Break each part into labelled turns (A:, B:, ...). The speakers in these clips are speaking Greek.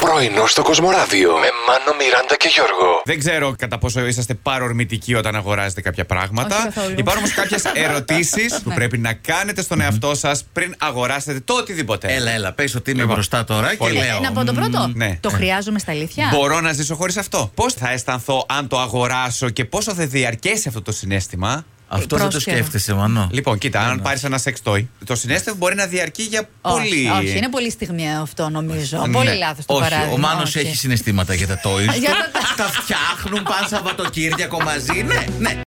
A: Πρωινό στο Κοσμοράδιο με Μάνο, Μιράντα και Γιώργο.
B: Δεν ξέρω κατά πόσο είσαστε παρορμητικοί όταν αγοράζετε κάποια
C: Όχι
B: πράγματα.
C: καθόλου. Ναι.
B: Υπάρχουν όμως κάποιες ερωτήσεις που πρέπει να κάνετε στον εαυτό σας πριν αγοράσετε το οτιδήποτε.
D: Έλα, έλα, πες ότι είμαι
B: Λοιπόν,
D: μπροστά τώρα και
B: πολύ.
D: λέω.
C: Ε, Να πω το πρώτο.
B: ναι.
C: Το χρειάζομαι στα αλήθεια.
B: Μπορώ να ζήσω χωρίς αυτό. Πώς θα αισθανθώ αν το αγοράσω και πόσο θα διαρκέσει αυτό το συνέστημα.
D: Αυτό δεν το
C: Πρόσχερα.
D: σκέφτεσαι, Μανώ. Ε,
B: Λοιπόν, κοίτα, αν πάρεις ένα σεξ toy, το συνέστημα μπορεί να διαρκεί για
C: Όχι,
B: πολύ.
C: όχι, είναι πολύ στιγμιαίο αυτό νομίζω.
B: Ναι.
C: Πολύ λάθος το
D: Όχι,
C: παράδειγμα.
D: ο Μάνος
C: όχι.
D: έχει συναισθήματα για τα toys.
C: Για
D: του.
C: τα-
D: τα φτιάχνουν πάνε Σαββατοκύριακο μαζί. Ναι, ναι.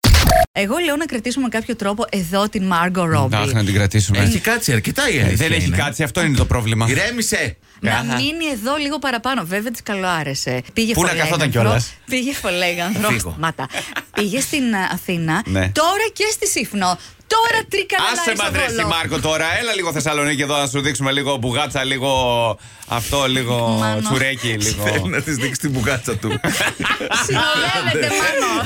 C: Εγώ λέω να κρατήσουμε με κάποιο τρόπο εδώ την Μάργκο
B: Αχ, να
C: Ρόμπι.
B: την κρατήσουμε.
D: Έχει κάτσει αρκετά η αλήθεια.
B: Δεν έχει
D: είναι.
B: κάτσει, αυτό είναι το πρόβλημα.
D: Ηρέμησε.
C: Να
B: Αχα.
C: μείνει εδώ λίγο παραπάνω. Βέβαια της καλοάρεσε. Πήγε
B: Πού να
C: φολέγανθρο,
B: καθόταν κιόλας. Ε,
C: Πήγε φολέγανθρο.
D: Φύγω.
C: Σταμάτα. πήγε στην α, Αθήνα.
B: Ναι. Ε,
C: Τώρα και στη Σύφνο. Τώρα τρίκα
B: Άσε μαντρέσει Μάρκο τώρα, έλα λίγο Θεσσαλονίκη εδώ να σου δείξουμε λίγο μπουγάτσα, λίγο αυτό, λίγο
C: Μάνος.
B: τσουρέκι, λίγο.
D: Θέλει να της δείξει την μπουγάτσα του.
C: Συνοδεύεται Μάνο.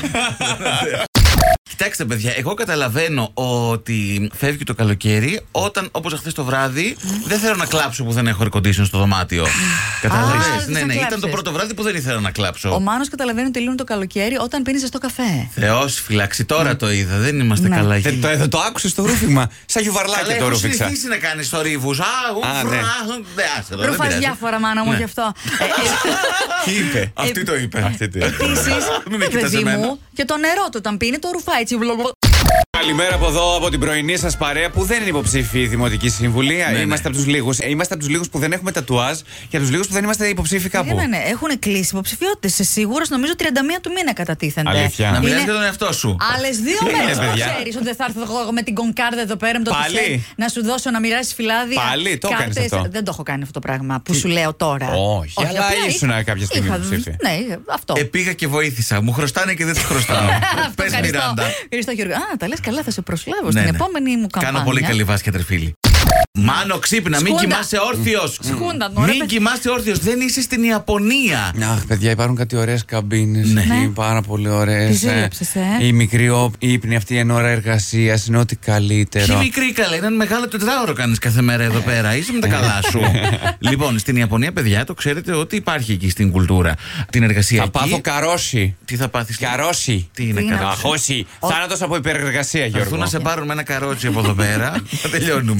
D: Κοιτάξτε, παιδιά, εγώ καταλαβαίνω ότι φεύγει το καλοκαίρι όταν, όπως χθες το βράδυ, δεν θέλω να κλάψω που δεν έχω air condition στο δωμάτιο.
C: Α,
D: Κατάλαβες.
C: δεν
D: Ναι,
C: θα
D: ναι, ήταν
C: κλάψεις.
D: το πρώτο βράδυ που δεν ήθελα να
C: Ο
D: κλάψω.
C: Μάνος καταλαβαίνει ότι λύνει το καλοκαίρι όταν πίνεις στο καφέ.
D: Θεός φυλάξει, τώρα το είδα. Δεν είμαστε
C: Ναι.
D: καλά εκεί.
B: Δεν Ε, το, δεν το άκουσε το ρούφημα. Σαν γιουβαρλάκι
D: Καλά,
B: το
D: έχω
B: ρούφιξα.
D: συνηθίσει να κάνεις το ρίβου. Α,
B: Α, ναι.
D: ναι. άσε το, δεν
C: Ρούφα
D: πειράζει.
C: διάφορα, μάνα μου, γι' αυτό. Ε,
B: Τι είπε.
D: Αυτή το είπε.
B: Αυτή το είπε.
C: Επίσης,
D: Μην με κοιτάς
C: παιδί
D: εμένα.
C: μου, και το νερό του όταν πίνει το ρουφάει έτσι. βλομπο.
B: Καλημέρα από εδώ, από την πρωινή σας παρέα που δεν είναι υποψήφοι δημοτική σύμβουλη.
D: ναι.
B: είμαστε από τους λίγους. Είμαστε από τους λίγους που δεν έχουμε τατουάζ και από τους λίγους που δεν είμαστε υποψήφοι κάπου.
C: Περίμενε, έχουν ναι, κλείσει υποψηφιότητες. Σίγουρα νομίζω 31 του μήνα κατατίθενται.
B: Αλήθεια.
D: Να μιλάς
C: ε, Είναι-
D: για τον εαυτό σου.
C: Άλλες δύο
B: Τι είναι,
C: μέρε που
B: παιδιά?
C: ξέρεις ότι δεν θα έρθω εγώ με την κονκάρδα εδώ πέρα με το
B: Πάλι?
C: τουφλέ, να σου δώσω να μοιράσει φυλάδια.
B: Πάλι, το
C: κάρτες.
B: κάνεις αυτό.
C: Δεν το έχω κάνει αυτό το πράγμα που σου λέω τώρα.
B: Όχι, αλλά
C: απλά
B: ήσουν
C: είχα-
B: κάποια στιγμή
C: είχα-
B: υποψήφια.
C: Ναι, αυτό.
D: Ε, πήγα και βοήθησα. Μου χρωστάνε και δεν τους χρωστάω.
B: Ε,
C: Αυτό
D: Πες,
C: ευχαριστώ.
D: Μιράντα.
C: Ευχαριστώ, Γιώργο. Α, τα λες καλά, θα σε προσλάβω
D: Ναι,
C: στην
D: ναι.
C: επόμενη μου καμπάνια.
D: Κάνω πολύ καλή βάση, φίλη. Μάνο, ξύπνα, μην
C: Σκούντα.
D: κοιμάσαι όρθιος.
C: Σκούντα, μωρέ,
D: Μην
C: παιδί.
D: κοιμάσαι όρθιος. Δεν είσαι στην Ιαπωνία.
B: Αχ, παιδιά, υπάρχουν κάτι ωραίες καμπίνες.
D: Ναι.
C: Ναι.
B: Πάρα πολύ ωραίες.
C: Τις δούλεψες, ε.
B: Η μικρή ο- η ύπνη αυτή εν ώρα εργασίας είναι ό,τι
D: Ποιοι
B: καλύτερο.
D: μικροί καλά, έναν μεγάλο τετράωρο κάνεις κάθε μέρα εδώ πέρα. Είσαι με τα καλά σου. λοιπόν, στην Ιαπωνία, παιδιά, το ξέρετε ότι υπάρχει εκεί στην κουλτούρα την εργασία.
B: Θα πάθω
D: εκεί.
B: καρόσι.
D: Τι θα πάθεις.
B: Καρόσι.
D: Τι είναι
C: Τι είναι
D: καρό.
C: αυτό.
B: Αχώσι. Θάνατος από υπερεργασία,
D: Θα έρθουν
B: Γιώργο.
D: να σε πάρουν με ένα καρότσι από εδώ πέρα. Να τελειώνουμε.